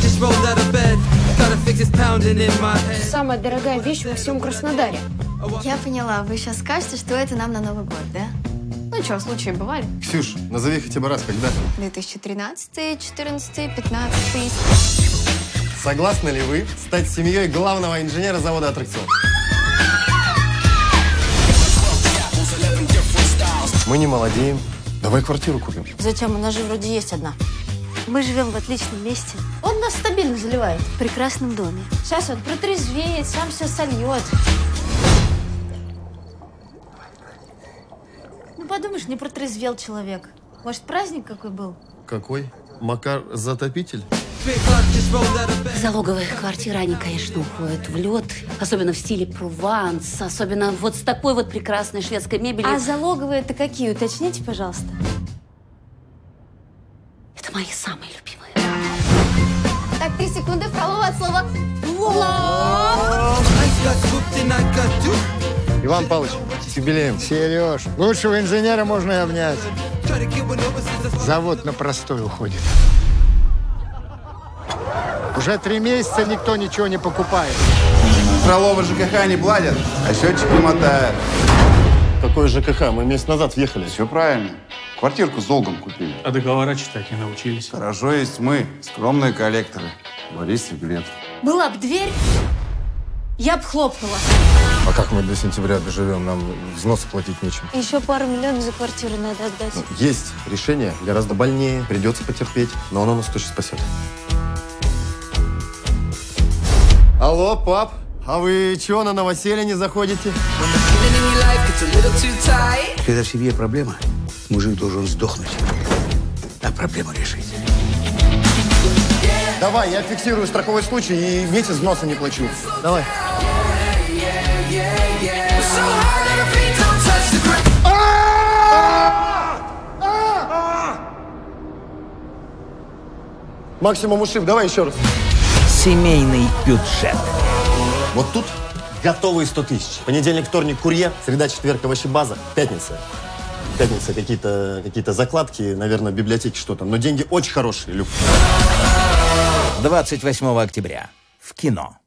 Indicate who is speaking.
Speaker 1: just rolled out of bed. Gotta fix this pounding in my head.
Speaker 2: Самая дорогая вещь во всем Краснодаре.
Speaker 3: Я поняла, вы сейчас скажете, что это нам на Новый год, да? Ну что, случаи бывали?
Speaker 4: Ксюш, назови хотя бы раз, когда.
Speaker 3: 2013, 14, 15.
Speaker 4: Согласны ли вы стать семьей главного инженера завода аттракцион? Мы не молодеем. Давай квартиру купим.
Speaker 5: Зачем? У нас же вроде есть одна. Мы живем в отличном месте. Он нас стабильно заливает.
Speaker 3: В прекрасном доме.
Speaker 5: Сейчас он протрезвеет, сам все сольет. Ну, подумаешь, не протрезвел человек. Может, праздник какой был?
Speaker 4: Какой? Макар затопитель?
Speaker 1: Big clock just rolled out of bed.
Speaker 6: Залоговые квартиры, они, конечно, уходят в лед, особенно в стиле Прованс, особенно вот с такой вот прекрасной шведской мебелью.
Speaker 5: А залоговые-то какие? Уточните, пожалуйста.
Speaker 6: Это мои самые любимые.
Speaker 3: Так, три секунды, вправо от слова.
Speaker 1: Ice got scooped and I got duped.
Speaker 4: Иван Павлович, с юбилеем.
Speaker 7: Сереж, лучшего инженера можно и обнять.
Speaker 1: Try to get one over since I
Speaker 7: Завод на простой уходит. Уже три месяца никто ничего не покупает.
Speaker 8: Проловы ЖКХ не платят, а счетчики мотают.
Speaker 4: Какой ЖКХ? Мы месяц назад въехали.
Speaker 8: Все правильно. Квартирку с долгом купили.
Speaker 9: А договора читать не научились.
Speaker 8: Хорошо есть мы, скромные коллекторы. Борис и Глеб.
Speaker 5: Была б дверь, я б хлопнула.
Speaker 4: А как мы до сентября доживем? Нам взнос платить нечем.
Speaker 5: Еще пару миллионов за квартиру надо отдать.
Speaker 4: Есть решение гораздо больнее. Придется потерпеть, но оно нас точно спасет. Алло, пап, а вы чего на новоселье не заходите?
Speaker 10: Когда в семье проблема, мужик должен сдохнуть, а проблему решить.
Speaker 4: Давай, я фиксирую страховой случай и месяц взноса не плачу. Давай. Максимум ушиб, давай еще раз.
Speaker 10: Семейный бюджет.
Speaker 4: Вот тут готовые 100 тысяч. Понедельник, вторник, курьер. Среда, четверг, овощебаза. Пятница. Пятница какие-то какие закладки, наверное, в библиотеке что-то. Но деньги очень хорошие, Люк.
Speaker 10: 28 октября. В кино.